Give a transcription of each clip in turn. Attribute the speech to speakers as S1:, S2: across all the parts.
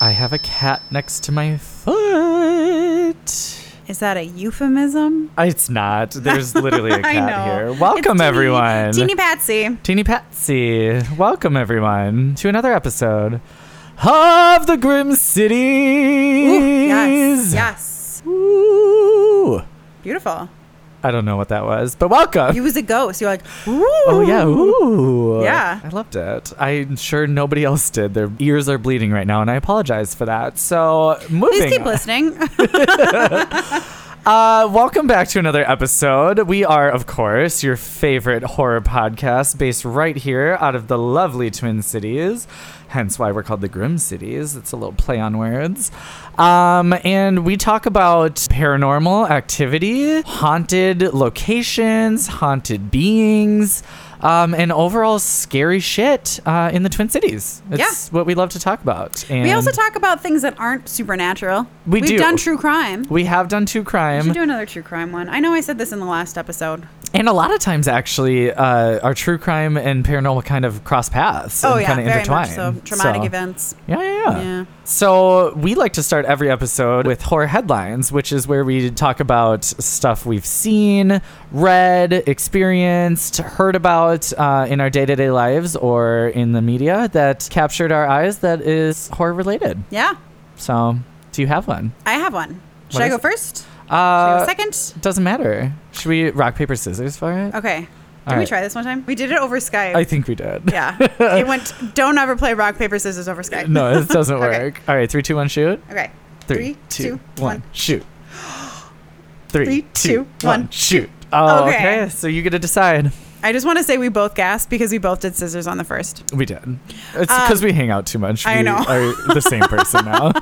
S1: I have a cat next to my foot.
S2: Is that a euphemism?
S1: It's not. There's literally a
S2: I
S1: cat
S2: know.
S1: here.
S2: It's
S1: Welcome,
S2: teeny-
S1: everyone.
S2: Teeny Patsy.
S1: Teeny Patsy. Welcome, everyone, to another episode of the Grim Cities.
S2: Ooh, yes. Yes.
S1: Ooh.
S2: Beautiful.
S1: I don't know what that was, but welcome.
S2: You was a ghost. You're like, ooh.
S1: Oh yeah, ooh.
S2: Yeah.
S1: I loved it. I'm sure nobody else did. Their ears are bleeding right now, and I apologize for that. So moving.
S2: Please keep
S1: on.
S2: listening.
S1: Uh, welcome back to another episode. We are, of course, your favorite horror podcast based right here out of the lovely Twin Cities. Hence why we're called the Grim Cities. It's a little play on words. Um, and we talk about paranormal activity, haunted locations, haunted beings, um, and overall scary shit uh, in the Twin Cities. It's what we love to talk about. And
S2: we also talk about things that aren't supernatural.
S1: We
S2: We've
S1: do.
S2: done true crime.
S1: we have done two
S2: We
S1: crime.
S2: should do another true crime one. I know I said this in the last episode.
S1: And a lot of times, actually, uh, our true crime and paranormal kind of cross paths.
S2: Oh
S1: and
S2: yeah,
S1: kind of
S2: very
S1: intertwine.
S2: much so. Traumatic
S1: So-
S2: events.
S1: Yeah, yeah, yeah,
S2: Yeah.
S1: So we like to start every episode with horror headlines, which is where we talk about stuff we've seen, read, experienced, heard about uh, in our day-to-day lives or in the media that captured our eyes that is horror related.
S2: Yeah,
S1: So, do you have one?
S2: I have one. Should
S1: What
S2: I
S1: is
S2: go
S1: it?
S2: first?
S1: Uh,
S2: Should I go second?
S1: doesn't matter. Should we rock paper scissors for it?
S2: Okay. Did
S1: All
S2: we
S1: right.
S2: try this one time? We did it over Skype.
S1: I think we did.
S2: yeah. it went. Don't ever play rock paper scissors over Skype.
S1: no, it doesn't
S2: Okay.
S1: work. All right, three, two, one, shoot.
S2: Okay.
S1: Three, two, one, shoot.
S2: Three,
S1: Three,
S2: two,
S1: two,
S2: one,
S1: one, shoot. Oh,
S2: Okay.
S1: okay. So you get to decide.
S2: I just want to say we both gasped because we both did scissors on the first.
S1: We did. It's because we hang out too much.
S2: Um, I
S1: we
S2: know.
S1: are the same person now.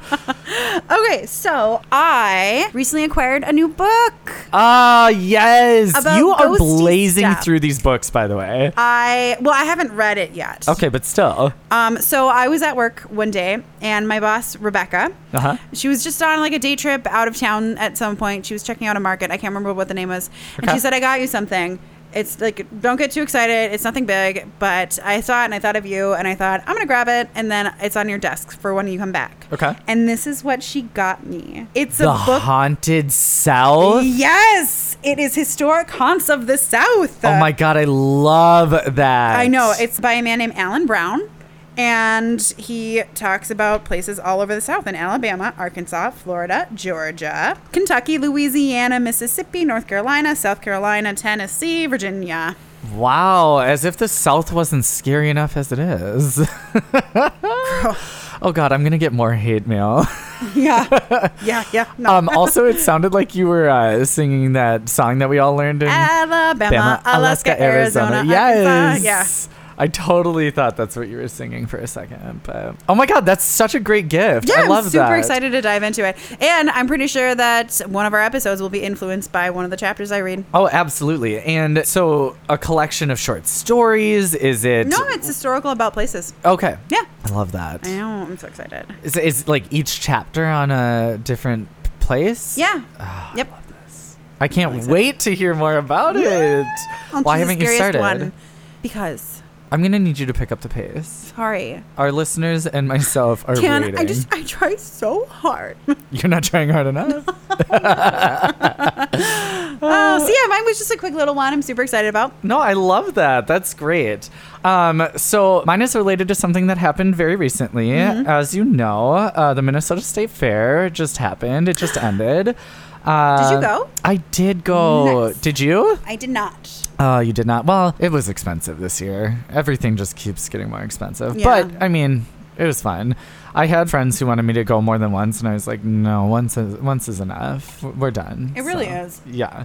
S2: Okay, so I recently acquired a new book.
S1: Ah, yes.
S2: About
S1: you are
S2: ghosty
S1: blazing
S2: stuff.
S1: through these books, by the way.
S2: I well, I haven't read it yet.
S1: Okay, but still.
S2: Um, so I was at work one day, and my boss Rebecca,
S1: Uh huh.
S2: she was just on like a day trip out of town at some point. She was checking out a market. I can't remember what the name was. And
S1: Okay.
S2: she said, I got you something. It's like, don't get too excited. It's nothing big, but I saw it and I thought of you and I thought, I'm going to grab it. And then it's on your desk for when you come back.
S1: Okay.
S2: And this is what she got me it's
S1: The
S2: a book.
S1: Haunted South.
S2: Yes, it is historic haunts of the South.
S1: Oh my God, I love that.
S2: I know. It's by a man named Alan Brown. And he talks about places all over the South in Alabama, Arkansas, Florida, Georgia, Kentucky, Louisiana, Mississippi, North Carolina, South Carolina, Tennessee, Virginia.
S1: Wow, as if the South wasn't scary enough as it is. oh God, I'm gonna get more hate mail.
S2: Yeah. yeah. Yeah. No.
S1: Um, also, it sounded like you were uh, singing that song that we all learned in
S2: Alabama,
S1: Bama,
S2: Alaska, Arizona.
S1: Yes.
S2: Arkansas.
S1: I totally thought that's what you were singing for a second, but oh my god, that's such a great gift!
S2: Yeah. Yeah,
S1: I love
S2: am super
S1: that.
S2: excited to dive into it. And I'm pretty sure that one of our episodes will be influenced by one of the chapters I read.
S1: Oh, absolutely! And so, a collection of short stories. Is it?
S2: No, it's historical about places.
S1: Okay.
S2: Yeah.
S1: I love that.
S2: I know. I'm so excited.
S1: Is, is like each chapter on a different place?
S2: Yeah. yep.
S1: I can't wait to hear more about it.
S2: On
S1: Why
S2: to the
S1: haven't you
S2: scariest
S1: started?
S2: Because
S1: I'm gonna need you to pick up the pace.
S2: sorry,
S1: Our listeners and myself are
S2: Can
S1: waiting.
S2: I just I try so hard.
S1: You're not trying hard enough.
S2: Oh, so yeah, mine was just a quick little one. I'm super excited about.
S1: no, I love that. That's great. Um, so mine is related to something that happened very recently.
S2: Mm-hmm.
S1: As you know, uh, the Minnesota State Fair just happened. It just ended. Uh,
S2: go?
S1: I did go.
S2: Nice.
S1: Did you?
S2: I did not.
S1: Oh, you did not. Well, it was expensive this year. Everything just keeps getting more expensive.
S2: Yeah.
S1: But I mean, it was fun. I had friends who wanted me to go more than once, and I was like, no, once is once is enough. We're done.
S2: It really is.
S1: Yeah.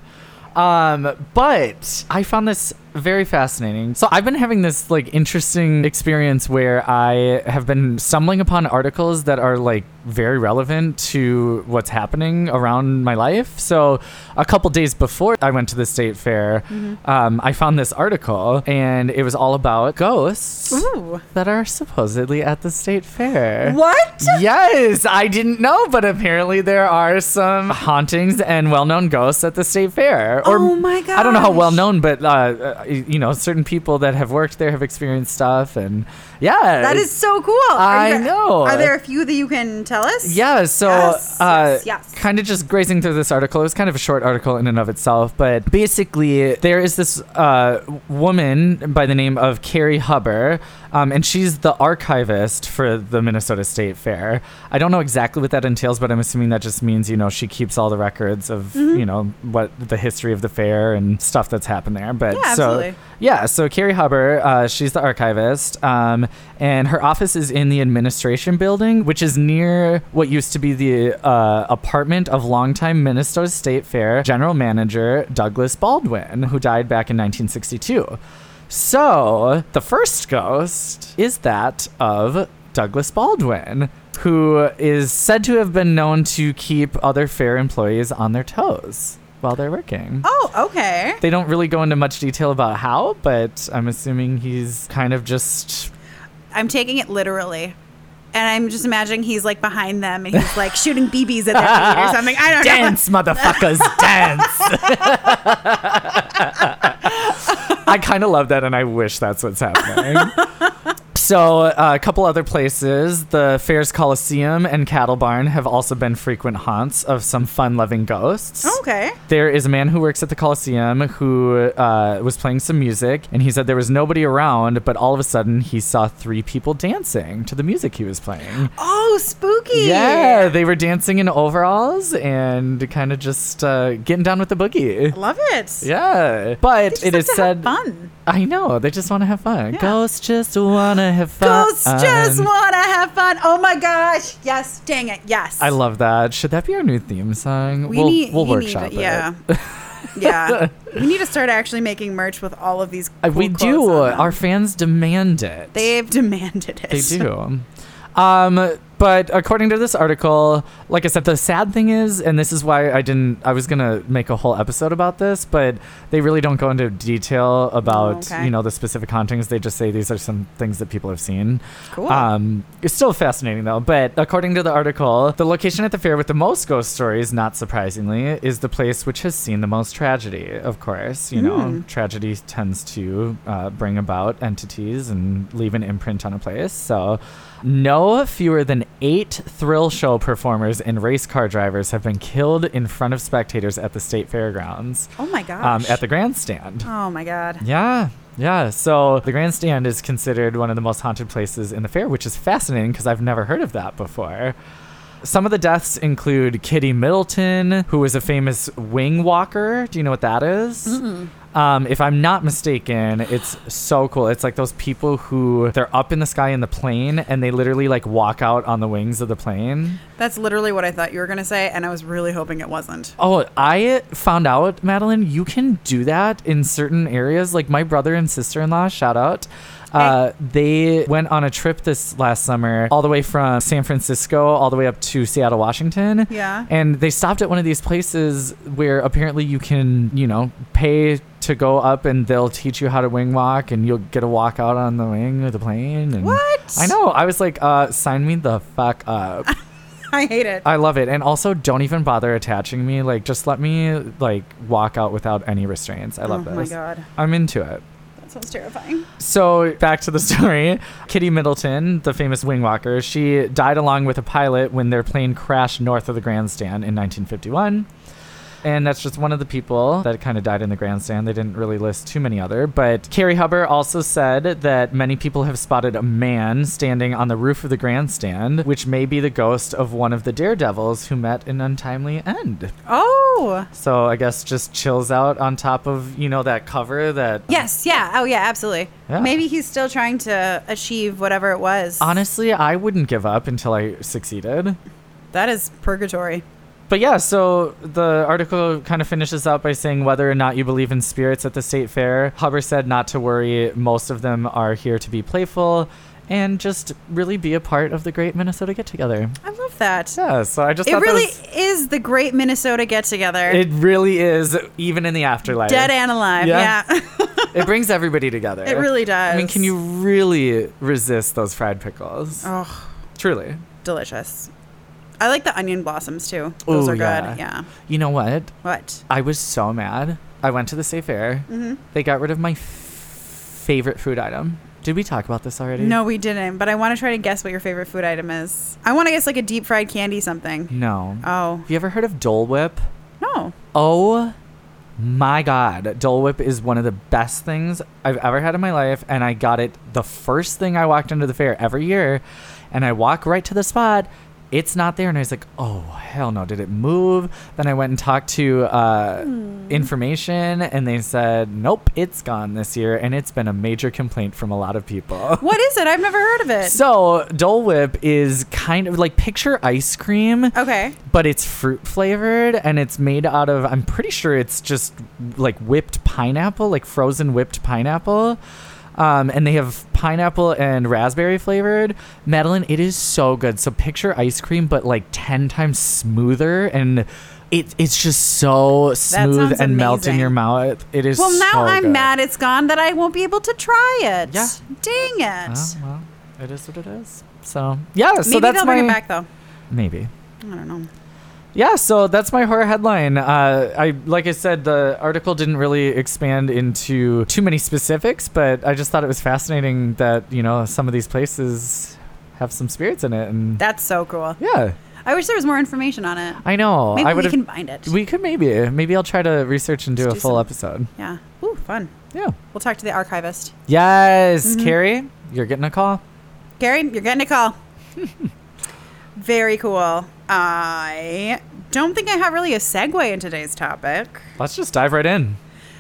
S1: Um, but I found this very fascinating. So I've been having this like interesting experience where I have been stumbling upon articles that are like very relevant to what's happening around my life. So a couple days before I went to the state fair, um, I found this article and it was all about ghosts
S2: Ooh.
S1: that are supposedly at the state fair.
S2: What?
S1: Yes, I didn't know, but apparently there are some hauntings and well-known ghosts at the state fair.
S2: Oh my
S1: I don't know how
S2: gosh.
S1: well-known, but uh, you know, certain people that have worked there have experienced stuff, and yeah,
S2: That is so cool.
S1: I
S2: you-
S1: know.
S2: Are there a few that you can tell us?
S1: Yeah, so
S2: Yes,
S1: uh,
S2: yes, yes.
S1: kind of just grazing through this article. It was kind of a short article in and of itself, but basically, there is this uh, woman by the name of Carrie Hubber, um, and she's the archivist for the Minnesota State Fair. I don't know exactly what that entails, but I'm assuming that just means, you know, she keeps all the records of,
S2: Mm-hmm.
S1: you know, what the history of the fair and stuff that's happened there. But
S2: Yeah,
S1: so,
S2: absolutely.
S1: yeah, so Carrie Huber, uh, she's the archivist, um, and her office is in the administration building, which is near what used to be the uh, apartment of longtime Minnesota State Fair general manager Douglas Baldwin, who died back in 1962. So the first ghost is that of Douglas Baldwin, who is said to have been known to keep other fair employees on their toes while they're working.
S2: Oh, okay.
S1: They don't really go into much detail about how, but I'm assuming he's kind of just.
S2: I'm taking it literally. And I'm just imagining he's like behind them and he's like shooting BBs at their feet or something. I don't know.
S1: Dance, motherfuckers, dance! I kind of love that, and I wish that's what's happening. So, uh, a couple other places, the Fairs Coliseum and Cattle Barn, have also been frequent haunts of some fun loving ghosts.
S2: Okay.
S1: There is a man who works at the Coliseum who uh, was playing some music, and he said there was nobody around, but all of a sudden he saw three people dancing to the music he was playing.
S2: Oh, spooky.
S1: Yeah, they were dancing in overalls and kind of just uh, getting down with the boogie.
S2: Love it.
S1: Yeah, but
S2: Just
S1: it
S2: have
S1: is
S2: to have
S1: said.
S2: fun.
S1: I know they just want to have fun.
S2: Yeah.
S1: Ghosts just want to have fun. Um,
S2: Ghosts just want to have fun. Oh my gosh. Yes. Dang it. Yes.
S1: I love that. Should that be our new theme song?
S2: We
S1: will
S2: need.
S1: we'll
S2: we
S1: workshop
S2: need,
S1: it.
S2: Yeah. yeah. We need to start actually making merch with all of these.
S1: Uh,
S2: cool
S1: we
S2: quotes
S1: do.
S2: on them.
S1: Our fans demand it.
S2: They've demanded it.
S1: They do. Um, but according to this article, like I said, the sad thing is, and this is why I didn't, I was going to make a whole episode about this, but they really don't go into detail about,
S2: Okay.
S1: you know, the specific hauntings. They just say these are some things that people have seen.
S2: Cool.
S1: Um, it's still fascinating though. But according to the article, the location at the fair with the most ghost stories, not surprisingly, is the place which has seen the most tragedy. Of course, you know, tragedy tends to uh, bring about entities and leave an imprint on a place. So. No fewer than eight thrill show performers and race car drivers have been killed in front of spectators at the state fairgrounds,
S2: oh my gosh.
S1: um, at the grandstand.
S2: oh my god.
S1: Yeah, yeah. So the grandstand is considered one of the most haunted places in the fair, which is fascinating because I've never heard of that before. Some of the deaths include Kitty Middleton, who was a famous wing walker. Do you know what that is? Um, if I'm not mistaken, it's so cool. It's like those people who they're up in the sky in the plane and they literally like walk out on the wings of the plane.
S2: That's literally what I thought you were going to say, and I was really hoping it wasn't.
S1: Oh, I found out, Madeline, you can do that in certain areas. Like my brother and sister in law, shout out. Uh, they went on a trip this last summer, all the way from San Francisco, all the way up to Seattle, Washington.
S2: Yeah.
S1: And they stopped at one of these places where apparently you can, you know, pay to go up and they'll teach you how to wing walk and you'll get a walk out on the wing of the plane. And
S2: What?
S1: I know. I was like, uh, sign me the fuck up.
S2: I hate it.
S1: I love it. And also, don't even bother attaching me. Like, just let me like walk out without any restraints. I love
S2: oh
S1: this.
S2: my god.
S1: I'm into it.
S2: That sounds terrifying.
S1: So back to the story. Kitty Middleton, the famous wing walker, she died along with a pilot when their plane crashed north of the grandstand in 1951. And that's just one of the people that kind of died in the grandstand. They didn't really list too many other. But Carrie Huber also said that many people have spotted a man standing on the roof of the grandstand, which may be the ghost of one of the daredevils who met an untimely end.
S2: Oh.
S1: So I guess just chills out on top of, you know, that cover that
S2: Yes. Yeah. Oh yeah. Absolutely.
S1: Yeah.
S2: Maybe he's still trying to achieve whatever it was.
S1: Honestly, I wouldn't give up until I succeeded.
S2: That is purgatory.
S1: But yeah, so the article kind of finishes up by saying whether or not you believe in spirits at the state fair, Huber said not to worry. Most of them are here to be playful and just really be a part of the great Minnesota get together.
S2: I love that.
S1: Yeah, so I just
S2: It
S1: thought that
S2: really
S1: was-
S2: is the great Minnesota get together.
S1: it really is even in the afterlife.
S2: Dead and alive.
S1: Yeah.
S2: Yeah.
S1: it brings everybody together.
S2: it really does.
S1: I mean, can you really resist those fried pickles?
S2: Oh,
S1: Truly.
S2: delicious. I like the onion blossoms too. Those
S1: Ooh,
S2: are good.
S1: yeah.
S2: Yeah.
S1: You know what?
S2: What? Mm-hmm.
S1: I was so mad I went to the safe air. They got rid of my f- favorite food item. Did we talk about this already?
S2: No, we didn't. But I want to try to guess what your favorite food item is. I want to guess like a deep fried candy something.
S1: No.
S2: Oh
S1: Have you ever heard of Dole Whip?
S2: no.
S1: Oh my god. Dole Whip is one of the best things I've ever had in my life. And I got it the first thing I walked into the fair every year. And I walk right to the spot. It's not there. And I was like, oh, hell no. Did it move? Then I went and talked to uh, information. And they said, nope, it's gone this year. And it's been a major complaint from a lot of people.
S2: What is it? I've never heard of it.
S1: So, Dole Whip is kind of like picture ice cream
S2: okay.
S1: but it's fruit flavored and it's made out of I'm pretty sure it's just like whipped pineapple, like frozen whipped pineapple. Um, and they have pineapple and raspberry flavored. Madeline, it is so good. So picture ice cream, but like 10 times smoother. And it, it's just so smooth and
S2: sounds
S1: melt in
S2: amazing.
S1: your mouth. It is
S2: Well, now
S1: so
S2: I'm
S1: good.
S2: mad it's gone that I won't be able to try it.
S1: Yeah.
S2: Dang it.
S1: Oh, well, it is what it is. So, yeah. so
S2: Maybe
S1: that's
S2: they'll
S1: my,
S2: bring it back though.
S1: Maybe.
S2: I don't know.
S1: Yeah, so that's my horror headline. Uh, I like I said, the article didn't really expand into too many specifics, but I just thought it was fascinating that you know some of these places have some spirits in it, and
S2: That's so cool.
S1: yeah,
S2: I wish there was more information on it.
S1: I know.
S2: Maybe
S1: I
S2: we
S1: would've-
S2: can find it.
S1: We could maybe, maybe I'll try to research and do
S2: Let's
S1: a
S2: do
S1: full
S2: some.
S1: episode.
S2: yeah. Ooh, fun.
S1: Yeah.
S2: We'll talk to the archivist.
S1: Yes,
S2: Mhm.
S1: Carrie, you're getting a call.
S2: Gary, you're getting a call. Very cool. I don't think I have really a segue in today's topic.
S1: Let's just dive right in.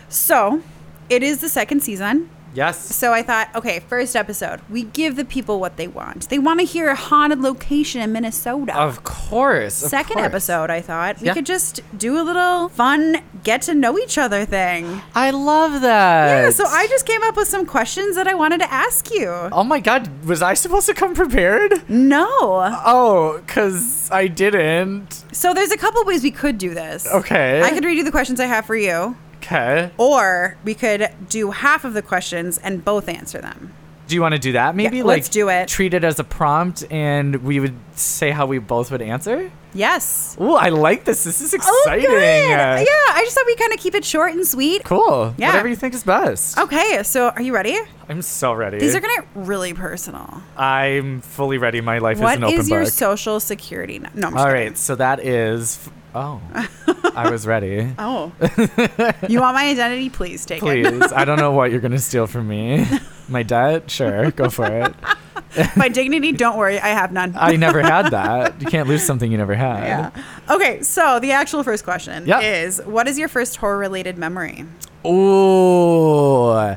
S2: So, it is the second season.
S1: Yes.
S2: So I thought, okay, first episode, we give the people what they want. They want to hear a haunted location in Minnesota.
S1: Of course. of
S2: Second
S1: course.
S2: episode, I thought we
S1: Yeah.
S2: could just do a little fun get to know each other thing.
S1: I love that.
S2: Yeah, so I just came up with some questions that I wanted to ask you.
S1: Oh my God, was I supposed to come prepared?
S2: No.
S1: Oh, because I didn't.
S2: So there's a couple ways we could do this.
S1: Okay.
S2: I could read you the questions I have for you,
S1: Okay.
S2: or we could do half of the questions and both answer them.
S1: Do you want to do that? Maybe
S2: Yeah,
S1: like
S2: let's do it.
S1: Treat it as a prompt, and we would say how we both would answer.
S2: Yes.
S1: Ooh, I like this. This is
S2: Oh,
S1: exciting. Uh,
S2: good. Yeah, I just thought we kind of keep it short and sweet.
S1: Cool.
S2: Yeah.
S1: Whatever you think is best.
S2: Okay, so are you ready?
S1: I'm so ready.
S2: These are gonna get really personal.
S1: I'm fully ready. My life is
S2: What
S1: an open
S2: is your
S1: book.
S2: social security? No, no I'm just
S1: All
S2: kidding.
S1: right. So that is. F- oh, I was ready.
S2: Oh. you want my identity? Please take it.
S1: Please. I don't know what you're gonna steal from me. My debt? Sure. Go for it.
S2: my dignity, don't worry, I have none.
S1: I never had that. You can't lose something you never had.
S2: yeah. Okay, so the actual first question
S1: Yeah.
S2: is what is your first horror related memory?
S1: Ooh.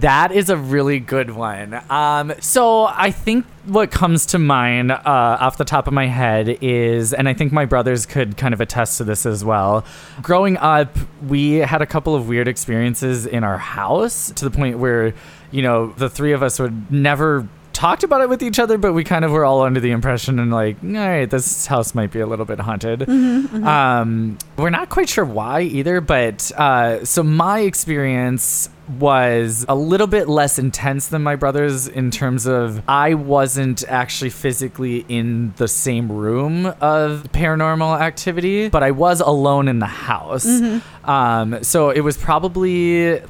S1: That is a really good one. Um, so I think what comes to mind uh, off the top of my head is, and I think my brothers could kind of attest to this as well. Growing up, we had a couple of weird experiences in our house to the point where, you know, the three of us would never talked about it with each other, but we kind of were all under the impression and like, all right, this house might be a little bit haunted.
S2: Mm-hmm.
S1: Um, we're not quite sure why either, but uh, so my experience was a little bit less intense than my brother's in terms of I wasn't actually physically in the same room of paranormal activity, but I was alone in the house.
S2: Mm-hmm.
S1: Um, so it was probably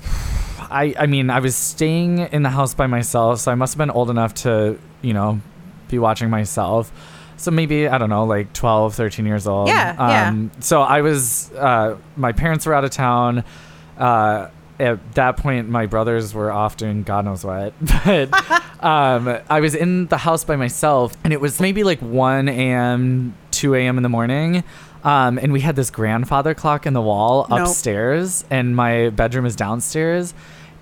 S1: I, I mean, I was staying in the house by myself, so I must have been old enough to, you know, be watching myself. So maybe, I don't know, like 12, 13 years old. Um,
S2: Yeah, yeah.
S1: yeah. So I was, uh, my parents were out of town. Uh, at that point, my brothers were off doing God knows what. But um, I was in the house by myself, and it was maybe like 1 a.m., 2 a.m. in the morning. Um, and we had this grandfather clock in the wall
S2: Nope.
S1: upstairs upstairs and my bedroom is downstairs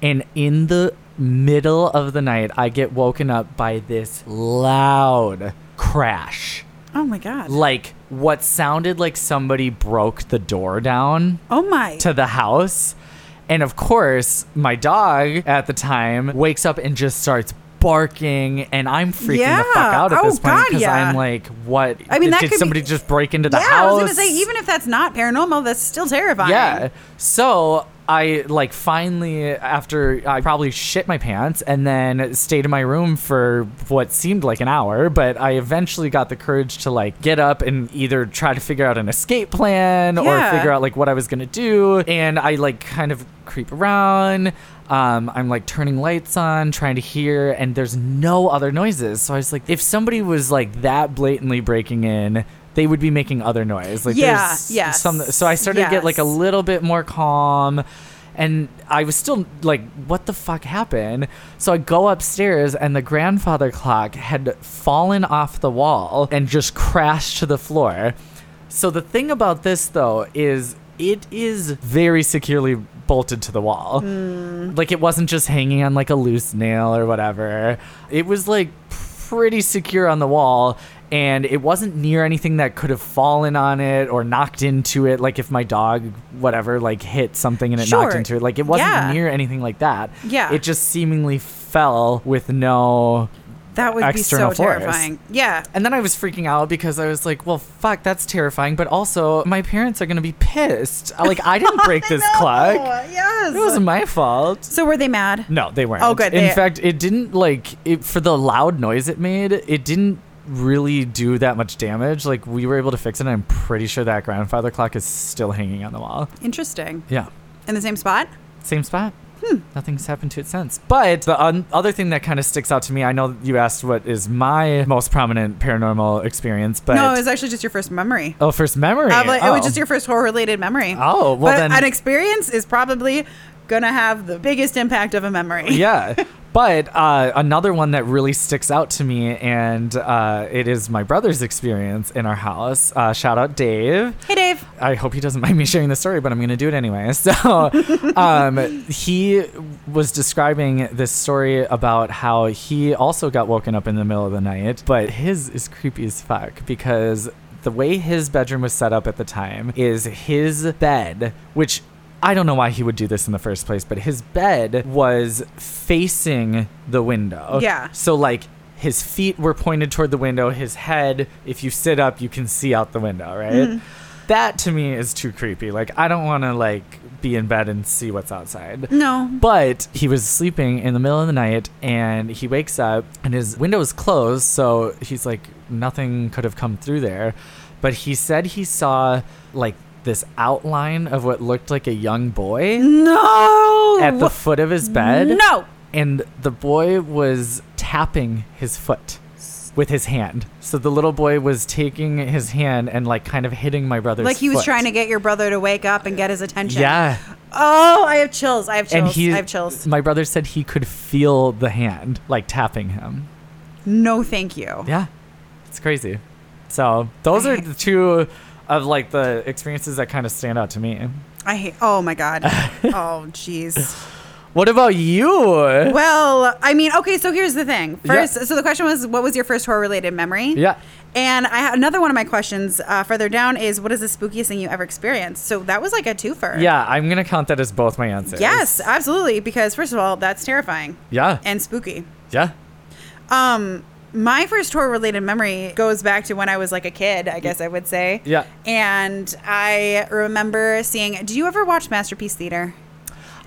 S1: and in the middle of the night i get woken up by this loud crash
S2: Oh my god.
S1: like what sounded like somebody broke the door down
S2: Oh my.
S1: to the house. And of course, my dog at the time wakes up and just starts barking and I'm freaking
S2: Yeah.
S1: the fuck out at
S2: Oh,
S1: this point
S2: God,
S1: because
S2: yeah.
S1: I'm like, what?
S2: I mean, that
S1: did
S2: could be-
S1: somebody just break into the
S2: yeah,
S1: house?
S2: I was gonna say even if that's not paranormal, that's still terrifying.
S1: Yeah. So I like finally after I probably shit my pants and then stayed in my room for what seemed like an hour, but I eventually got the courage to like get up and either try to figure out an escape plan
S2: Yeah.
S1: or figure out like what I was gonna do. And I like kind of creep around. Um, I'm like turning lights on, trying to hear, and there's no other noises. So I was like, if somebody was like that blatantly breaking in, they would be making other noise. Like
S2: Yeah,
S1: there's
S2: yes,
S1: some. So I started to get like a
S2: yes.
S1: little bit more calm and I was still like, what the fuck happened? So I go upstairs and the grandfather clock had fallen off the wall and just crashed to the floor. So the thing about this though is it is very securely bolted to the wall. Like it wasn't just hanging on like a loose nail or whatever. It was like pretty secure on the wall and it wasn't near anything that could have fallen on it or knocked into it like if my dog whatever like hit something and it knocked
S2: Sure.
S1: into it like it wasn't
S2: Yeah.
S1: near anything like that.
S2: Yeah.
S1: It just seemingly fell with no
S2: That would be so
S1: External force.
S2: terrifying. Yeah.
S1: and then I was freaking out because I was like, well, fuck, that's terrifying. But also, my parents are going to be pissed. Like, I didn't break this
S2: No,
S1: clock.
S2: Yes.
S1: It wasn't my fault.
S2: so were they mad?
S1: No, they weren't.
S2: Oh, good.
S1: In
S2: They-
S1: fact, it didn't, like, it, for the loud noise it made, it didn't really do that much damage. Like, we were able to fix it, and I'm pretty sure that grandfather clock is still hanging on the wall.
S2: Interesting.
S1: Yeah.
S2: In the same spot?
S1: Same spot.
S2: Hmm.
S1: Nothing's happened to it since. But the un- other thing that kind of sticks out to me, I know you asked what is my most prominent paranormal experience, but
S2: no, it was actually just your first memory.
S1: Oh, first memory.
S2: Uh, but It
S1: Oh.
S2: was just your first horror related memory.
S1: Oh, well
S2: but
S1: then-
S2: an experience is probably going to have the biggest impact of a memory.
S1: yeah. But uh, another one that really sticks out to me, and uh, it is my brother's experience in our house. Uh, shout out Dave.
S2: Hey, Dave.
S1: I hope he doesn't mind me sharing the story, but I'm going to do it anyway. So, um, he was describing this story about how he also got woken up in the middle of the night, but his is creepy as fuck because the way his bedroom was set up at the time is his bed, which I don't know why he would do this in the first place, but his bed was facing the window.
S2: Yeah.
S1: So, like, his feet were pointed toward the window. His head, if you sit up, you can see out the window, right? That to me is too creepy. Like, I don't want to, like, be in bed and see what's outside.
S2: No.
S1: But he was sleeping in the middle of the night and he wakes up and his window is closed. So he's like, nothing could have come through there. But he said he saw like this outline of what looked like a young boy
S2: No.
S1: at the foot of his bed.
S2: No.
S1: And the boy was tapping his foot with his hand. So the little boy was taking his hand and like kind of hitting my brother's
S2: Like he was
S1: foot.
S2: trying to get your brother to wake up and get his attention.
S1: Yeah.
S2: Oh, I have chills. I have chills.
S1: and he
S2: I have chills.
S1: My brother said he could feel the hand like tapping him.
S2: No, thank you.
S1: Yeah. It's crazy. So, those are the two of like the experiences that kind of stand out to me.
S2: I hate. Oh my god. oh jeez.
S1: What about you?
S2: Well, I mean, okay. So here's the thing.
S1: Yeah.
S2: First, so the question was, what was your first horror-related memory?
S1: Yeah.
S2: And I ha- another one of my questions uh, further down is, what is the spookiest thing you ever experienced? So that was like a twofer.
S1: Yeah, I'm going to count that as both my answers.
S2: Yes, absolutely. Because first of all, that's terrifying
S1: Yeah.
S2: and spooky.
S1: yeah.
S2: Um, my first horror related memory goes back to when I was like a kid, I guess I would say.
S1: Yeah.
S2: And I remember seeing. Do you ever watch Masterpiece Theater?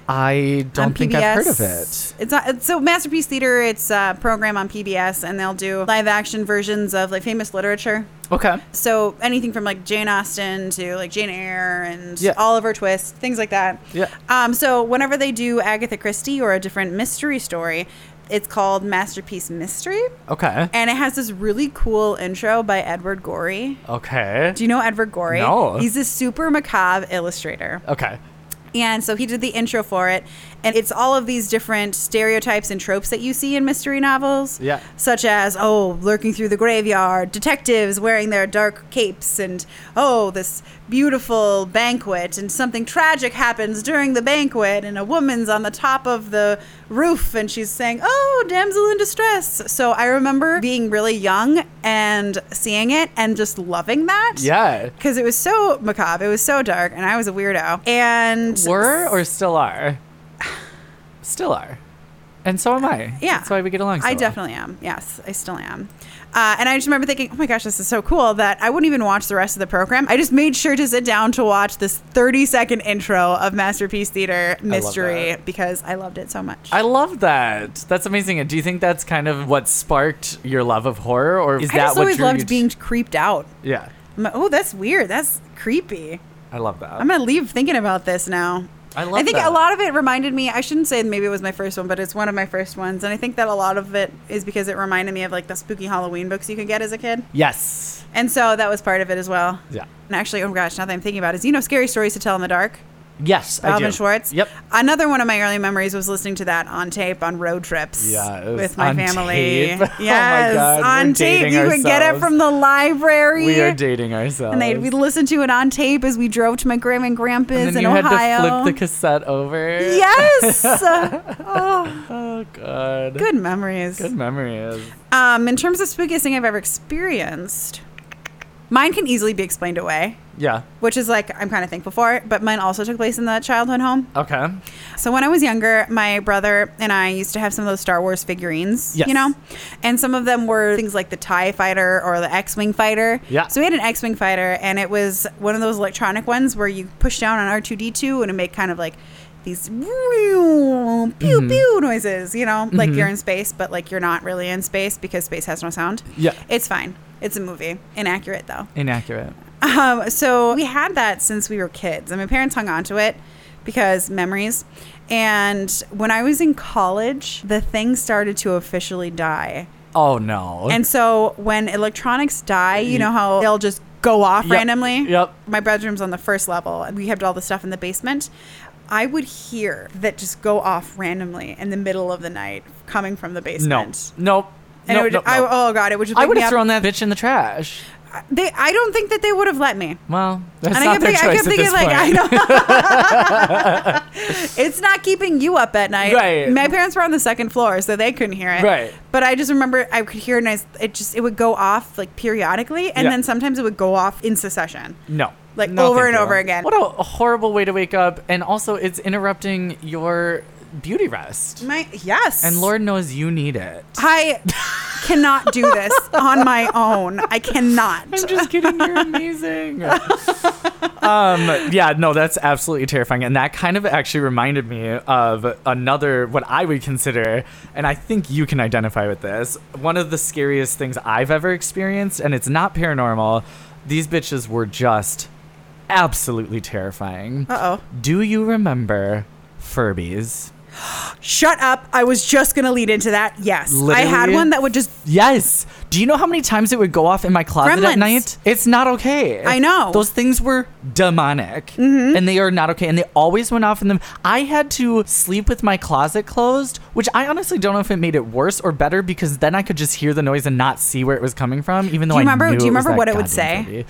S1: I
S2: on
S1: don't think I've heard of
S2: PBS?
S1: it.
S2: It's not, it's- so Masterpiece Theater. It's a program on PBS, and they'll do live action versions of like famous literature.
S1: Okay.
S2: So anything from like Jane Austen to like Jane Eyre and
S1: Yeah.
S2: Oliver Twist, things like that.
S1: Yeah.
S2: Um, so whenever they do Agatha Christie or a different mystery story, it's called Masterpiece Mystery.
S1: Okay.
S2: And it has this really cool intro by Edward Gorey.
S1: Okay.
S2: Do you know Edward Gorey?
S1: No.
S2: He's a super macabre illustrator.
S1: Okay.
S2: And so he did the intro for it. And it's all of these different stereotypes and tropes that you see in mystery novels.
S1: Yeah.
S2: Such as, oh, lurking through the graveyard, detectives wearing their dark capes, and oh, this beautiful banquet, and something tragic happens during the banquet, and a woman's on the top of the roof, and she's saying, oh, damsel in distress. So I remember being really young and seeing it and just loving that.
S1: Yeah.
S2: Because it was so macabre, it was so dark, and I was a weirdo. And
S1: Were or still are? Still are. And so am I.
S2: Yeah.
S1: That's why we get along so
S2: I
S1: well.
S2: definitely am. Yes, I still am. Uh, and I just remember thinking, oh my gosh, this is so cool that I wouldn't even watch the rest of the program. I just made sure to sit down to watch this 30 second intro of Masterpiece Theater Mystery
S1: that.
S2: because I loved it so much.
S1: I love that. That's amazing. And do you think that's kind of what sparked your love of horror, or is
S2: I
S1: that
S2: just
S1: what
S2: always
S1: drew
S2: loved
S1: you to-
S2: being creeped out.
S1: Yeah,
S2: I'm like, oh, that's weird. That's creepy.
S1: I love that.
S2: I'm gonna leave thinking about this now.
S1: I love
S2: I think
S1: that.
S2: a lot of it reminded me. I shouldn't say maybe it was my first one, but it's one of my first ones, and I think that a lot of it is because it reminded me of like the spooky Halloween books you could get as a kid,
S1: yes.
S2: and so that was part of it as well.
S1: Yeah.
S2: And actually, oh my gosh, now that I'm thinking about it, is you know, scary stories to tell in the dark.
S1: Yes. I
S2: Alvin
S1: do.
S2: Schwartz.
S1: Yep.
S2: Another one of my early memories was listening to that on tape on road trips.
S1: Yes,
S2: With my
S1: on
S2: family.
S1: tape. Oh my
S2: Yes.
S1: God, we're
S2: on tape.
S1: dating
S2: You would get it
S1: ourselves.
S2: from the library.
S1: We are dating ourselves.
S2: and they we listened to it on tape as we drove to my grandma
S1: And
S2: and grandpa's
S1: then
S2: in
S1: you
S2: Ohio.
S1: had to flip the cassette over.
S2: yes. oh,
S1: Oh god.
S2: good memories.
S1: Good memories.
S2: Um, in terms of spookiest thing I've ever experienced, mine can easily be explained away,
S1: Yeah.
S2: which is like I'm kind of thankful for. But mine also took place in the childhood home.
S1: Okay.
S2: So when I was younger, my brother and I used to have some of those Star Wars figurines,
S1: Yes.
S2: you know, and some of them were things like the Tie Fighter or the X-wing fighter.
S1: Yeah.
S2: So we had an X-wing fighter, and it was one of those electronic ones where you push down on R2D2 and it make kind of like these pew
S1: Mm-hmm.
S2: pew noises, you know, like you're in space, but like you're not really in space because space has no sound.
S1: Yeah.
S2: It's fine. It's a movie. Inaccurate though.
S1: Inaccurate.
S2: Um, so we had that since we were kids, and my parents hung on to it because memories. And when I was in college, the thing started to officially die.
S1: Oh no.
S2: And so when electronics die, you know how they'll just go off
S1: Yep.
S2: randomly?
S1: Yep.
S2: My bedroom's on the first level, and we kept all the stuff in the basement. I would hear that just go off randomly in the middle of the night coming from the
S1: no.
S2: basement.
S1: Nope.
S2: And it
S1: Nope,
S2: would,
S1: nope,
S2: I,
S1: nope.
S2: oh god, it would just
S1: I
S2: wake
S1: would
S2: me
S1: have
S2: up.
S1: thrown that bitch in the trash.
S2: They, I don't think that they would have let me.
S1: Well, that's
S2: And
S1: not
S2: I kept,
S1: their
S2: think-
S1: choice
S2: I kept
S1: at
S2: thinking,
S1: this
S2: like,
S1: point.
S2: I know. it's not keeping you up at night.
S1: Right.
S2: My parents were on the second floor, so they couldn't hear it.
S1: Right.
S2: But I just remember I could hear it, and I s it just, it would go off like periodically, and
S1: Yeah.
S2: then sometimes it would go off in succession.
S1: No.
S2: Like,
S1: No,
S2: over
S1: thank
S2: and
S1: you.
S2: over again.
S1: What a horrible way to wake up. And also, it's interrupting your beauty rest.
S2: My, yes.
S1: And Lord knows you need it.
S2: I cannot do this on my own. I cannot.
S1: I'm just kidding. You're amazing. um, yeah, no, that's absolutely terrifying. And that kind of actually reminded me of another, what I would consider, and I think you can identify with this, one of the scariest things I've ever experienced. And it's not paranormal. These bitches were just absolutely terrifying.
S2: Uh oh.
S1: Do you remember Furbies?
S2: Shut up. I was just going to lead into that. Yes. I had
S1: Literally.
S2: one that would just,
S1: Yes. Do you know how many times it would go off in my closet
S2: Gremlins.
S1: at night? It's not okay.
S2: I know. Mm-hmm.
S1: Those things were demonic. And they are not okay. And they always went off in them. I had to sleep with my closet closed, which I honestly don't know if it made it worse or better because then I could just hear the noise and not see where it was coming from, even though
S2: you
S1: I
S2: remember-
S1: knew
S2: do you
S1: was
S2: remember
S1: that
S2: what it would
S1: goddamn
S2: say?
S1: Furby.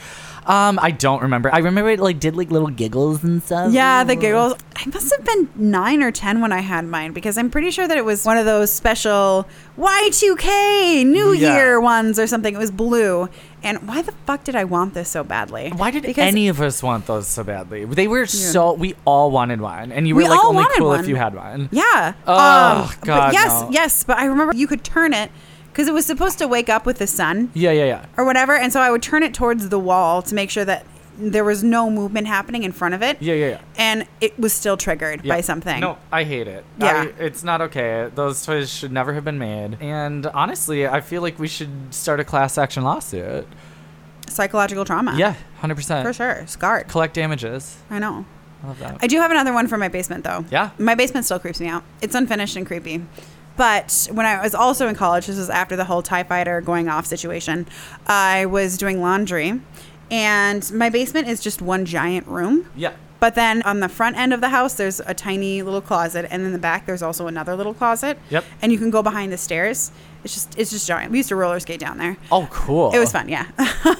S1: Um, I don't remember. I remember it like did like little giggles and stuff.
S2: Yeah, the giggles. I must have been nine or ten when I had mine because I'm pretty sure that it was one of those special Y2K New
S1: Yeah.
S2: Year ones or something. It was blue. And why the fuck did I want this so badly?
S1: Why did
S2: because
S1: any of us want those so badly? They were so we all wanted one, and you were
S2: We
S1: like
S2: all
S1: only
S2: wanted
S1: cool if
S2: one.
S1: you had one.
S2: Yeah. Um,
S1: Oh,
S2: but
S1: God,
S2: yes,
S1: no.
S2: yes. But I remember you could turn it because it was supposed to wake up with the sun
S1: Yeah, yeah, yeah.
S2: or whatever. And so I would turn it towards the wall to make sure that there was no movement happening in front of it.
S1: Yeah, yeah, yeah.
S2: And it was still triggered
S1: Yeah.
S2: by something.
S1: No, I hate it.
S2: Yeah.
S1: I- it's not okay. Those toys should never have been made. And honestly, I feel like we should start a class action lawsuit.
S2: Psychological trauma.
S1: Yeah, hundred percent.
S2: Uh-huh. For sure. Scarred.
S1: Collect damages.
S2: I know.
S1: I love that.
S2: I do have another one for my basement though.
S1: Yeah.
S2: My basement still creeps me out. It's unfinished and creepy. But when I was also in college, this was after the whole TIE fighter going off situation, I was doing laundry and my basement is just one giant room.
S1: yeah.
S2: But then on the front end of the house, there's a tiny little closet, and in the back, there's also another little closet.
S1: Yep.
S2: And you can go behind the stairs. It's just it's just giant. We used to roller skate down there.
S1: Oh, cool.
S2: It was fun, yeah.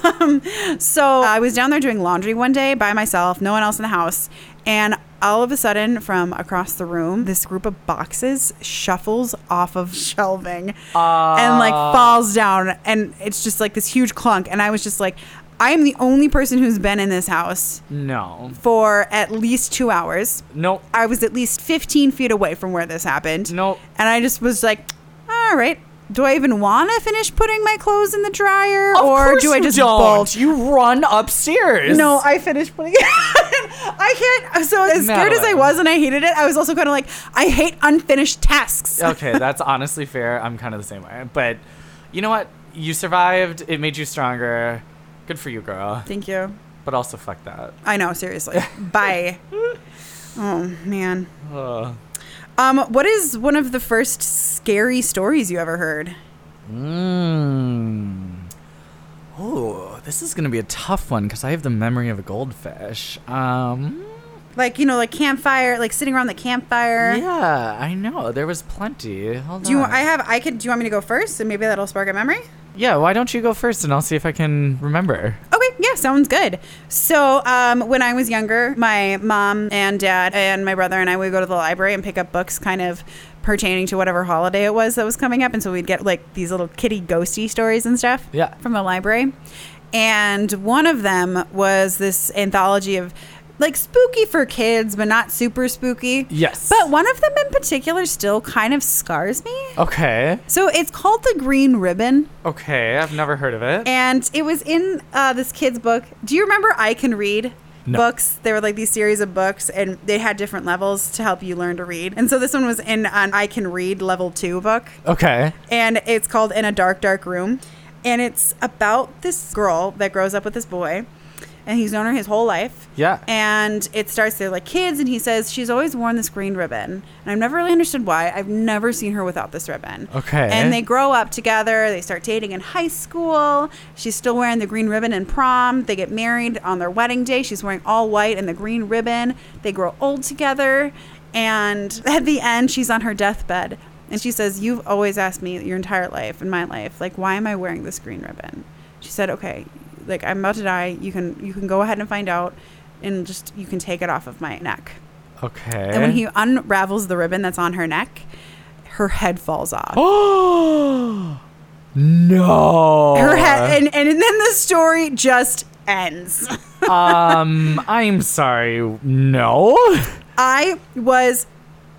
S2: Um, so I was down there doing laundry one day by myself, no one else in the house, and all of a sudden, from across the room, this group of boxes shuffles off of shelving and like
S1: Ah.
S2: falls down, and it's just like this huge clunk. And I was just like, I am the only person who's been in this house
S1: No.
S2: for at least two hours.
S1: No.
S2: I was at least 15 feet away from where this happened.
S1: No.
S2: And I just was like, all right, do I even want to finish putting my clothes in the dryer?
S1: Of
S2: or
S1: course
S2: do I
S1: you
S2: just
S1: don't.
S2: bolt?
S1: You run upstairs.
S2: No, I finished putting it. I can't. So as scared as I
S1: Madeline.
S2: was and I hated it, I was also kind of like, I hate unfinished tasks.
S1: okay, that's honestly fair. I'm kind of the same way. But you know what? You survived. It made you stronger. Good for you, girl.
S2: Thank you.
S1: But also, fuck that.
S2: I know, seriously. Bye. Oh man.
S1: Ugh.
S2: Um, what is one of the first scary stories you ever heard?
S1: Mmm. Oh, this is gonna be a tough one because I have the memory of a goldfish. Um.
S2: Like you know, like campfire, like sitting around the campfire.
S1: Yeah, I know. There was plenty. Hold
S2: Do you?
S1: on.
S2: I have. I could. Do you want me to go first, and maybe that'll spark a memory?
S1: yeah, why don't you go first and I'll see if I can remember.
S2: Okay, yeah, sounds good. So, um, when I was younger, my mom and dad and my brother and I would go to the library and pick up books kind of pertaining to whatever holiday it was that was coming up. And so we'd get like these little kitty ghosty stories and stuff
S1: Yeah.
S2: from the library. And one of them was this anthology of like spooky for kids, but not super spooky.
S1: Yes.
S2: But one of them in particular still kind of scars me.
S1: Okay.
S2: So it's called The Green Ribbon.
S1: Okay, I've never heard of it.
S2: and it was in uh, this kid's book. Do you remember I Can Read?
S1: No.
S2: Books. There were like these series of books, and they had different levels to help you learn to read. And so this one was in an I Can Read level two book,
S1: okay.
S2: and it's called In a Dark, Dark Room. And it's about this girl that grows up with this boy, and he's known her his whole life.
S1: Yeah.
S2: And it starts there like kids, and he says, She's always worn this green ribbon. And I've never really understood why. I've never seen her without this ribbon.
S1: Okay.
S2: And they grow up together. They start dating in high school. She's still wearing the green ribbon in prom. They get married on their wedding day. She's wearing all white and the green ribbon. They grow old together. And at the end, she's on her deathbed. And she says, You've always asked me your entire life and my life, like, why am I wearing this green ribbon? She said, Okay, like I'm about to die. You can you can go ahead and find out and just you can take it off of my neck.
S1: okay.
S2: And when he unravels the ribbon that's on her neck, her head falls off.
S1: Oh no!
S2: her head and, and then the story just ends
S1: um, I'm sorry. No.
S2: i was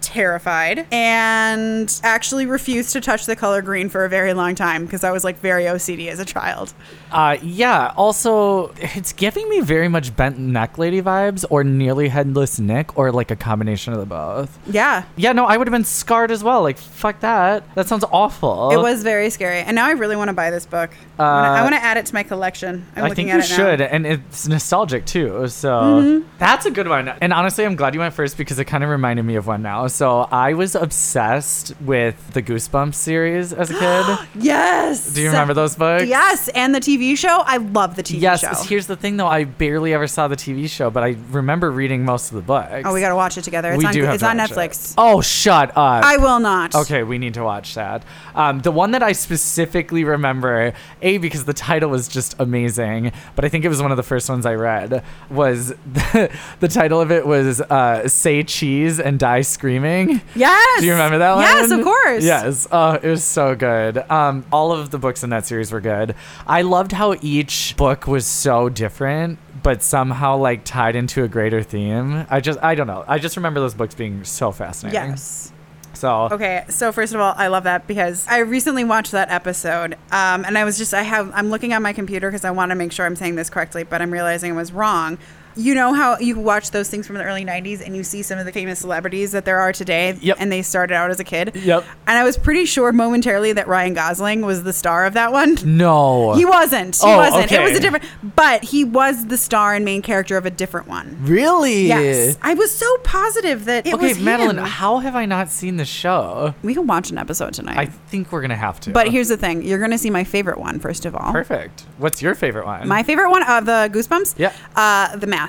S2: terrified and actually refused to touch the color green for a very long time because i was like very ocd as a child
S1: Uh, yeah. Also, it's giving me very much bent neck lady vibes, or nearly headless Nick, or like a combination of the both.
S2: yeah
S1: Yeah. No, I would have been scarred as well. Like, fuck that. That sounds awful.
S2: it was very scary and now i really want to buy this book I wanna-
S1: Uh,
S2: i want to add it to my collection i'm
S1: I
S2: looking
S1: think
S2: at
S1: you
S2: it now. Mm-hmm.
S1: should, and it's nostalgic too. So that's a good one. And honestly, I'm glad you went first because it kind of reminded me of one now. So I was obsessed with the Goosebumps series as a kid.
S2: yes
S1: Do you remember those books?
S2: yes and the tv show i love the tv
S1: Yes.
S2: show
S1: Here's the thing, though. I barely ever saw the TV show, but I remember reading most of the books.
S2: oh we gotta watch it together it's
S1: we
S2: on,
S1: do have
S2: it's
S1: to
S2: on
S1: watch it.
S2: netflix
S1: Oh, shut up.
S2: i will not
S1: Okay, we need to watch that. Um, the one that I specifically remember, A, because the title was just amazing, but I think it was one of the first ones I read, was the, the title of it was uh, Say Cheese and Die Screaming.
S2: yes
S1: Do you remember that one?
S2: yes of course
S1: Yes. Oh, it was so good. Um, all of the books in that series were good. I loved how each book was so different, but somehow like tied into a greater theme. I just, I don't know. I just remember those books being so fascinating.
S2: Yes.
S1: So,
S2: Okay. So first of all, I love that because I recently watched that episode, um, and I was just I have I'm looking on my computer because I want to make sure I'm saying this correctly, but I'm realizing I was wrong. You know how you watch those things from the early '90s and you see some of the famous celebrities that there are today,
S1: Yep.
S2: and they started out as a kid.
S1: Yep.
S2: And I was pretty sure momentarily that Ryan Gosling was the star of that one.
S1: no.
S2: He wasn't. He
S1: Oh,
S2: wasn't. It
S1: okay.
S2: was a different, but he was the star and main character of a different one.
S1: Really?
S2: Yes. I was so positive that it
S1: okay,
S2: was
S1: Madeline,
S2: him.
S1: how have I not seen the show?
S2: We can watch an episode tonight.
S1: I think we're gonna have to.
S2: But here's the thing: you're gonna see my favorite one first of all.
S1: perfect. What's your favorite one?
S2: My favorite one of the Goosebumps.
S1: Yeah.
S2: Uh, the mask.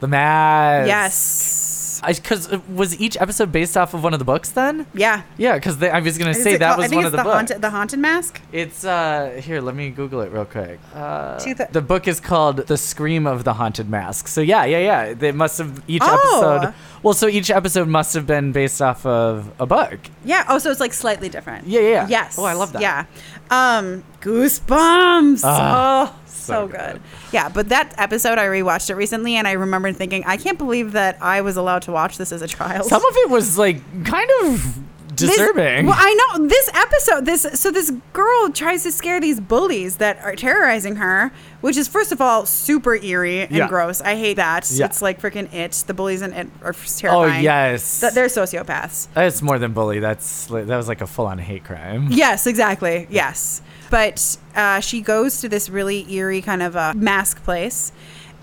S1: the mask.
S2: Yes.
S1: Because uh, was each episode based off of one of the books then?
S2: Yeah.
S1: Yeah, because I was gonna say
S2: Is it
S1: that
S2: called- I
S1: was
S2: think
S1: one
S2: it's
S1: of the,
S2: the
S1: books.
S2: haunted, the haunted mask.
S1: It's uh here. Let me Google it real quick. Uh,
S2: Two thou-
S1: the book is called "The Scream of the Haunted Mask." So yeah, yeah, yeah. They must have each
S2: Oh.
S1: episode. Well, so each episode must have been based off of a book.
S2: Yeah. Oh, so it's like slightly different.
S1: Oh, Yeah, yeah, yeah.
S2: Yes.
S1: Oh, I love that.
S2: Yeah. Um, Goosebumps.
S1: Ah.
S2: oh,
S1: so good.
S2: Yeah, but that episode I rewatched it recently, and I remembered thinking, I can't believe that I was allowed to watch this as a child.
S1: Some of it was like kind of
S2: This-
S1: disturbing.
S2: well, I know this episode. This so this girl tries to scare these bullies that are terrorizing her, which is first of all super eerie and
S1: Yeah.
S2: gross. I hate that.
S1: Yeah.
S2: It's like freaking it. The bullies in it are
S1: oh
S2: terrifying.
S1: yes,
S2: Th- they're sociopaths.
S1: that's more than bully. That's li- that was like a full on hate crime.
S2: Yes, exactly. Yes. But uh, she goes to this really eerie kind of a mask place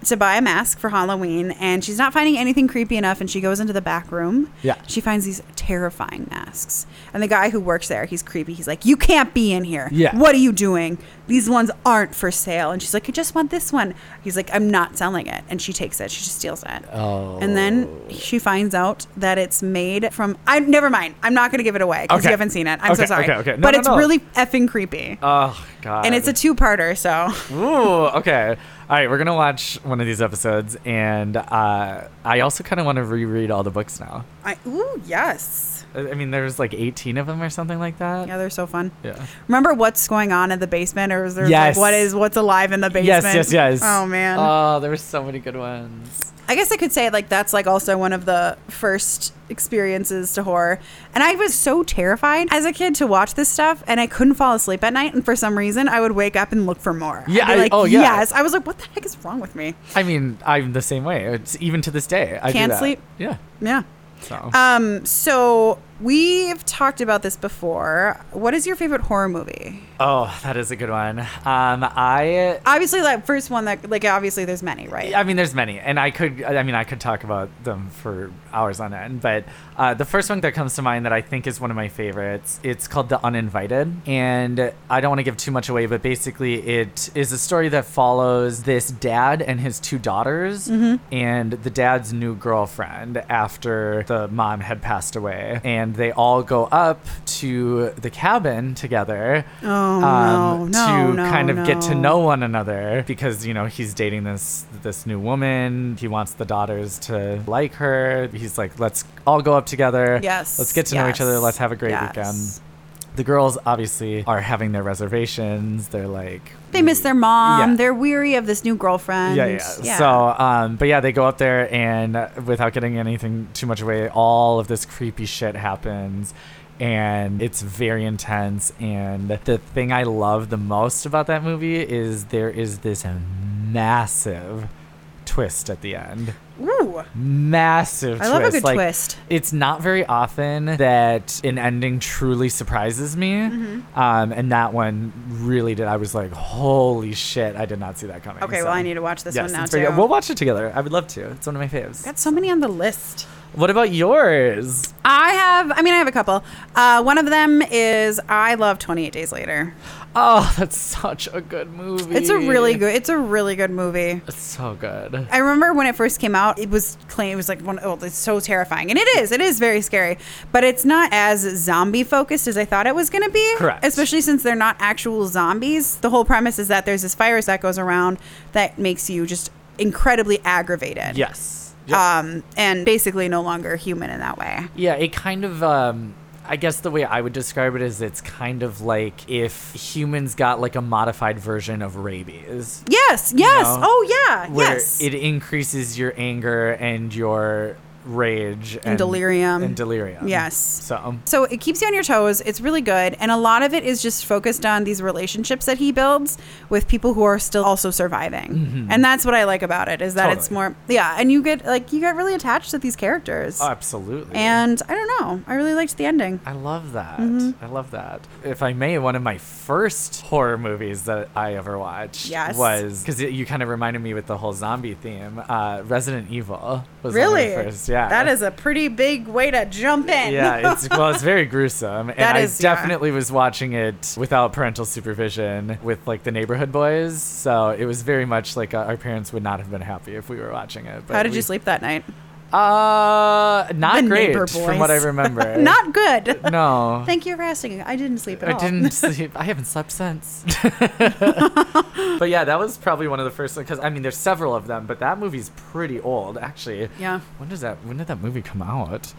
S2: to buy a mask for Halloween, and she's not finding anything creepy enough, and she goes into the back room.
S1: Yeah.
S2: She finds these terrifying masks. And the guy who works there, he's creepy. He's like, You can't be in here.
S1: Yeah.
S2: What are you doing? These ones aren't for sale. And she's like, I just want this one. He's like, I'm not selling it. And she takes it. She just steals it.
S1: Oh,
S2: And then she finds out that it's made from. I never mind. I'm not going to give it away because
S1: Okay.
S2: you haven't seen it. I'm so
S1: Okay,
S2: sorry.
S1: okay, okay. No,
S2: but
S1: no,
S2: it's
S1: no.
S2: really effing creepy,
S1: oh god,
S2: and it's a two-parter. So
S1: Ooh, okay. All right, we're gonna watch one of these episodes, and uh, I also kind of want to reread all the books now.
S2: I ooh yes,
S1: I I mean, there's like 18 of them or something like that.
S2: yeah, they're so fun.
S1: Yeah.
S2: Remember what's going on in the basement, or was there
S1: Yes.
S2: like what is what's alive in the
S1: Yes,
S2: basement?
S1: yes, yes.
S2: Oh man,
S1: Oh, there were so many good ones.
S2: I guess I could say like that's like also one of the first experiences to horror. And I was so terrified as a kid to watch this stuff and I couldn't fall asleep at night and for some reason I would wake up and look for more. I'd
S1: Yeah,
S2: be
S1: I-
S2: like,
S1: oh, yeah.
S2: Yes. I was like, what the heck is wrong with me?
S1: I mean, I'm the same way. It's even to this day. I do
S2: Can't
S1: that.
S2: sleep.
S1: Yeah.
S2: Yeah.
S1: So.
S2: Um, so we've talked about this before. What is your favorite horror movie?
S1: oh, that is a good one. Um, I.
S2: Obviously that first one that like obviously there's many, right?
S1: I mean, there's many, and I could. I mean, I could talk about them for hours on end. But uh, the first one that comes to mind that I think is one of my favorites. It's called The Uninvited, and I don't want to give too much away, but basically, it is a story that follows this dad and his two daughters, and the dad's new girlfriend after the mom had passed away, and they all go up to the cabin together
S2: Oh
S1: um,
S2: no, no,
S1: to
S2: no,
S1: kind of get to
S2: no.
S1: know one another because you know he's dating this this new woman. He wants the daughters to like her. He's like, let's all go up together.
S2: Yes.
S1: let's get to know each other.
S2: yes,
S1: Let's have a great
S2: yes.
S1: weekend. The girls obviously are having their reservations. They're like
S2: They miss their mom.
S1: Yeah.
S2: They're weary of this new girlfriend.
S1: yeah, yeah. So, um, but yeah, they go up there, and uh, without getting anything too much away, all of this creepy shit happens. And it's very intense. And the thing I love the most about that movie is there is this massive twist at the end.
S2: Ooh,
S1: Massive
S2: I
S1: twist.
S2: love a good
S1: Like,
S2: twist.
S1: it's not very often that an ending truly surprises me.
S2: Mm-hmm.
S1: Um, and that one really did. I was like, holy shit, I did not see that coming.
S2: Okay,
S1: So-
S2: well, I need to watch this one now
S1: it's very
S2: too.
S1: good. We'll watch it together. I would love to. It's one of my faves.
S2: Got so many on the list.
S1: what about yours?
S2: I have. I mean, I have a couple. Uh, one of them is I love Twenty Eight Days Later.
S1: Oh, that's such a good movie.
S2: It's a really good. It's a really good movie.
S1: It's so good.
S2: I remember when it first came out, it was claim it was like one oh it's so terrifying. And it is, it is very scary. But it's not as zombie focused as I thought it was gonna be.
S1: Correct.
S2: Especially since they're not actual zombies. The whole premise is that there's this virus that goes around that makes you just incredibly aggravated.
S1: Yes. Yep.
S2: Um, and basically no longer human in that way.
S1: yeah, it kind of. Um, I guess the way I would describe it is it's kind of like if humans got like a modified version of rabies.
S2: Yes, yes.
S1: know,
S2: oh yeah.
S1: where
S2: yes.
S1: it increases your anger and your rage and,
S2: delirium.
S1: and delirium.
S2: Yes.
S1: So um,
S2: So it keeps you on your toes. It's really good. And a lot of it is just focused on these relationships that he builds with people who are still also surviving. And that's what I like about it is that it's
S1: Mm-hmm. Totally.
S2: more, yeah. And you get like, you get really attached to these characters.
S1: absolutely.
S2: and I don't know. I really liked the ending.
S1: I love that.
S2: Mm-hmm.
S1: I love that. If I may, one of my first horror movies that I ever watched
S2: Yes.
S1: was because you kind of reminded me with the whole zombie theme. Uh, Resident Evil was
S2: Really?
S1: one of my first. Yeah,
S2: That is a pretty big way to jump in.
S1: Yeah, it's well, it's very gruesome, and
S2: That
S1: I
S2: is- yeah.
S1: definitely was watching it without parental supervision with like the neighborhood boys. So it was very much like uh, our parents would not have been happy if we were watching it. But
S2: How did
S1: we-
S2: you sleep that night?
S1: Uh, not
S2: The
S1: great
S2: neighbor
S1: from what I
S2: boys.
S1: remember.
S2: Not good.
S1: no.
S2: Thank you for asking. I didn't sleep at
S1: I
S2: all.
S1: didn't sleep. I haven't slept since. but yeah, that was probably one of the first because I mean, there's several of them, but that movie's pretty old, actually.
S2: Yeah.
S1: When does that? When did that movie come out?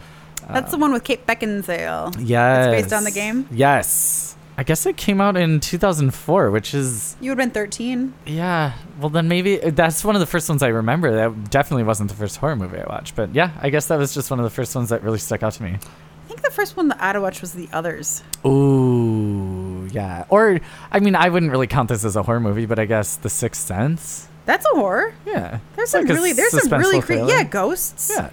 S1: Uh.
S2: That's the one with Kate Beckinsale.
S1: Yes.
S2: It's based on the game?
S1: Yes. I guess it came out in 2004, which is
S2: You would have been 13.
S1: yeah. Well, then maybe uh, that's one of the first ones I remember. That definitely wasn't the first horror movie I watched, but yeah, I guess that was just one of the first ones that really stuck out to me.
S2: I think the first one that I watched was The Others.
S1: Ooh, yeah. Or I mean, I wouldn't really count this as a horror movie, but I guess The Sixth Sense.
S2: That's a horror.
S1: Yeah.
S2: There's some
S1: Like a
S2: really there's some really
S1: suspenseful
S2: creepy
S1: thriller.
S2: yeah ghosts.
S1: Yeah.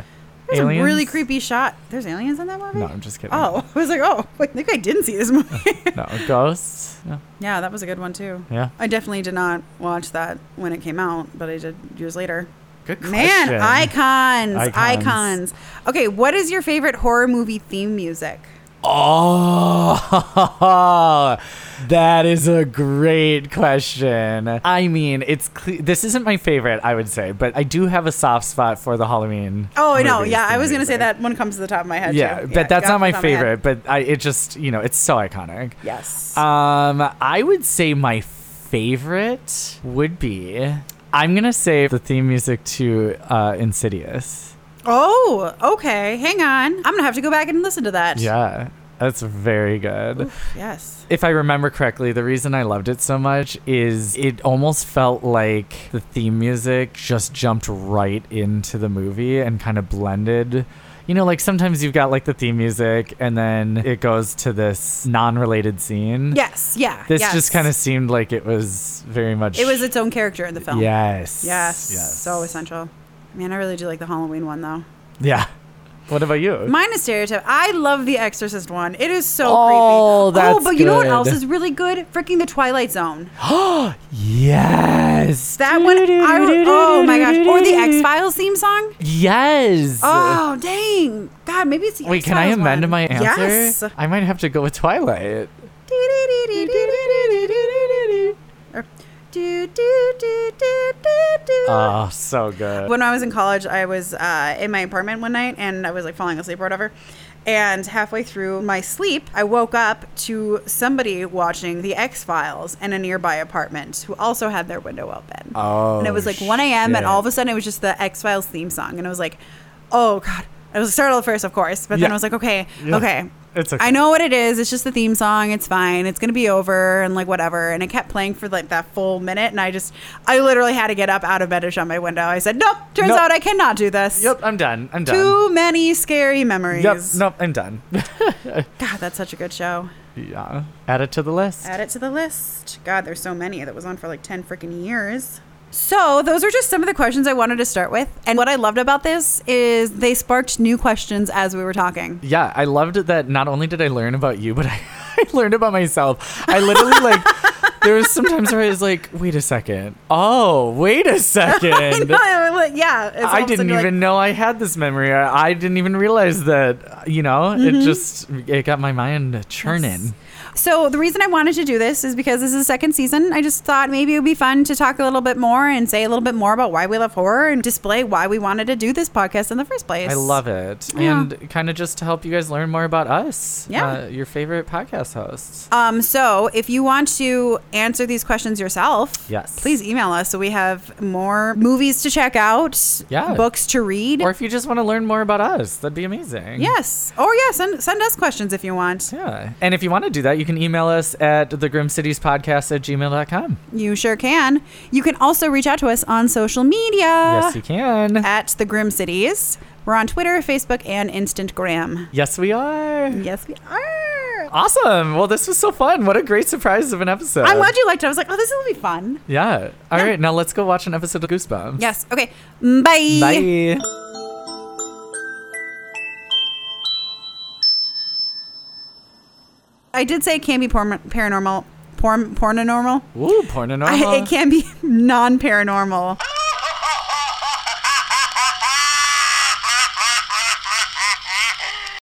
S2: There's a really
S1: Aliens?
S2: creepy shot. There's aliens in that movie.
S1: No, I'm just kidding.
S2: Oh, I was like, oh, I think I didn't see this movie.
S1: No, ghosts. No.
S2: yeah, that was a good one too.
S1: Yeah.
S2: I definitely did not watch that when it came out, but I did years later.
S1: Good
S2: Man, icons, icons,
S1: Icons.
S2: Okay, what is your favorite horror movie theme music?
S1: Oh, that is a great question. I mean, it's cle- this isn't my favorite, I would say, but I do have a soft spot for the Halloween.
S2: Oh no,
S1: movies
S2: yeah, I
S1: theme
S2: was gonna
S1: music.
S2: say that one comes to the top of my head.
S1: Yeah,
S2: too.
S1: but that's
S2: got
S1: not my
S2: off the top of head.
S1: favorite. But I, it just you know, it's so iconic.
S2: Yes.
S1: Um, I would say my favorite would be. I'm gonna say the theme music to uh, Insidious.
S2: oh, okay. Hang on, I'm gonna have to go back and listen to that.
S1: Yeah, that's very good.
S2: Yes.
S1: If I remember correctly, the reason I loved it so much is it almost felt like the theme music just jumped right into the movie and kind of blended. You know, like sometimes you've got like the theme music and then it goes to this non related scene.
S2: Yes. Yeah.
S1: This
S2: yes.
S1: just kind of seemed like it was very much.
S2: It was its own character in the film.
S1: Yes.
S2: Yes.
S1: Yes.
S2: So essential. Man, I really do like the Halloween one though.
S1: Yeah. What about you?
S2: Mine is stereotype. I love the Exorcist one. It is so
S1: Oh,
S2: creepy. oh,
S1: that's
S2: but you know what
S1: good.
S2: else is really good? Freaking the Twilight Zone.
S1: yes.
S2: That one. I, oh my gosh. Or the X Files theme song.
S1: Yes.
S2: Oh dang. God, maybe it's the
S1: Wait,
S2: X
S1: can I
S2: Files
S1: amend
S2: one.
S1: my answer?
S2: Yes.
S1: I might have to go with Twilight.
S2: Or, Er, do, do, do, do, do, do.
S1: Oh, so good.
S2: when I was in college, I was uh, in my apartment one night and I was like falling asleep or whatever. And halfway through my sleep, I woke up to somebody watching The X Files in a nearby apartment who also had their window open.
S1: Oh,
S2: and it was like 1 a.m.
S1: shit.
S2: and all of a sudden it was just the X Files theme song. And I was like, oh God. I was startled at first, of course, but then
S1: Yeah.
S2: I was like, okay,
S1: Yeah.
S2: okay.
S1: It's okay.
S2: I know what it is. It's just the theme song. It's fine. It's gonna be over and like whatever. And it kept playing for like that full minute, and I just, I literally had to get up out of bed to shut my window. I said, nope. Turns
S1: Nope.
S2: out I cannot do this.
S1: Yep, I'm done. I'm done.
S2: Too many scary memories.
S1: Yep, nope, I'm done.
S2: God, that's such a good show.
S1: yeah. Add it to the list.
S2: Add it to the list. God, there's so many that was on for like 10 freaking years. So, those are just some of the questions I wanted to start with. And what I loved about this is they sparked new questions as we were talking.
S1: Yeah, I loved it that not only did I learn about you, but I, I learned about myself. I literally like there was sometimes where I was like, wait a second. Oh, wait a second.
S2: yeah. it's all of
S1: I
S2: a
S1: didn't
S2: sudden
S1: even
S2: you're like,
S1: know I had this memory. I, I didn't even realize that, you know,
S2: Mm-hmm.
S1: it just it got my mind churning.
S2: So the reason I wanted to do this is because this is the second season. I just thought maybe it would be fun to talk a little bit more and say a little bit more about why we love horror and display why we wanted to do this podcast in the first place.
S1: I love it.
S2: Yeah.
S1: And kind of just to help you guys learn more about us.
S2: Yeah.
S1: Uh, your favorite podcast hosts.
S2: Um, so if you want to answer these questions yourself,
S1: Yes.
S2: please email us so we have more movies to check out,
S1: Yeah.
S2: books to read.
S1: Or if you just want to learn more about us, that'd be amazing.
S2: yes. Or yeah, send send us questions if you want.
S1: Yeah. And if you want to do that, you can email us at thegrimcitiespodcast at gmail.com.
S2: You sure can. You can also reach out to us on social media.
S1: yes, you can.
S2: at the Grim Cities. We're on Twitter, Facebook, and Instantgram.
S1: Yes, we are.
S2: Yes, we are.
S1: Uh, Awesome. Well, this was so fun. What a great surprise of an episode.
S2: I'm glad you liked it. I was like, oh, this will be fun.
S1: Yeah. All right. Now let's go watch an episode of Goosebumps.
S2: Yes. Okay. Bye.
S1: Bye.
S2: I did say it can be porn- paranormal. Porn, pornonormal.
S1: Ooh, porn and
S2: I, it can be non paranormal.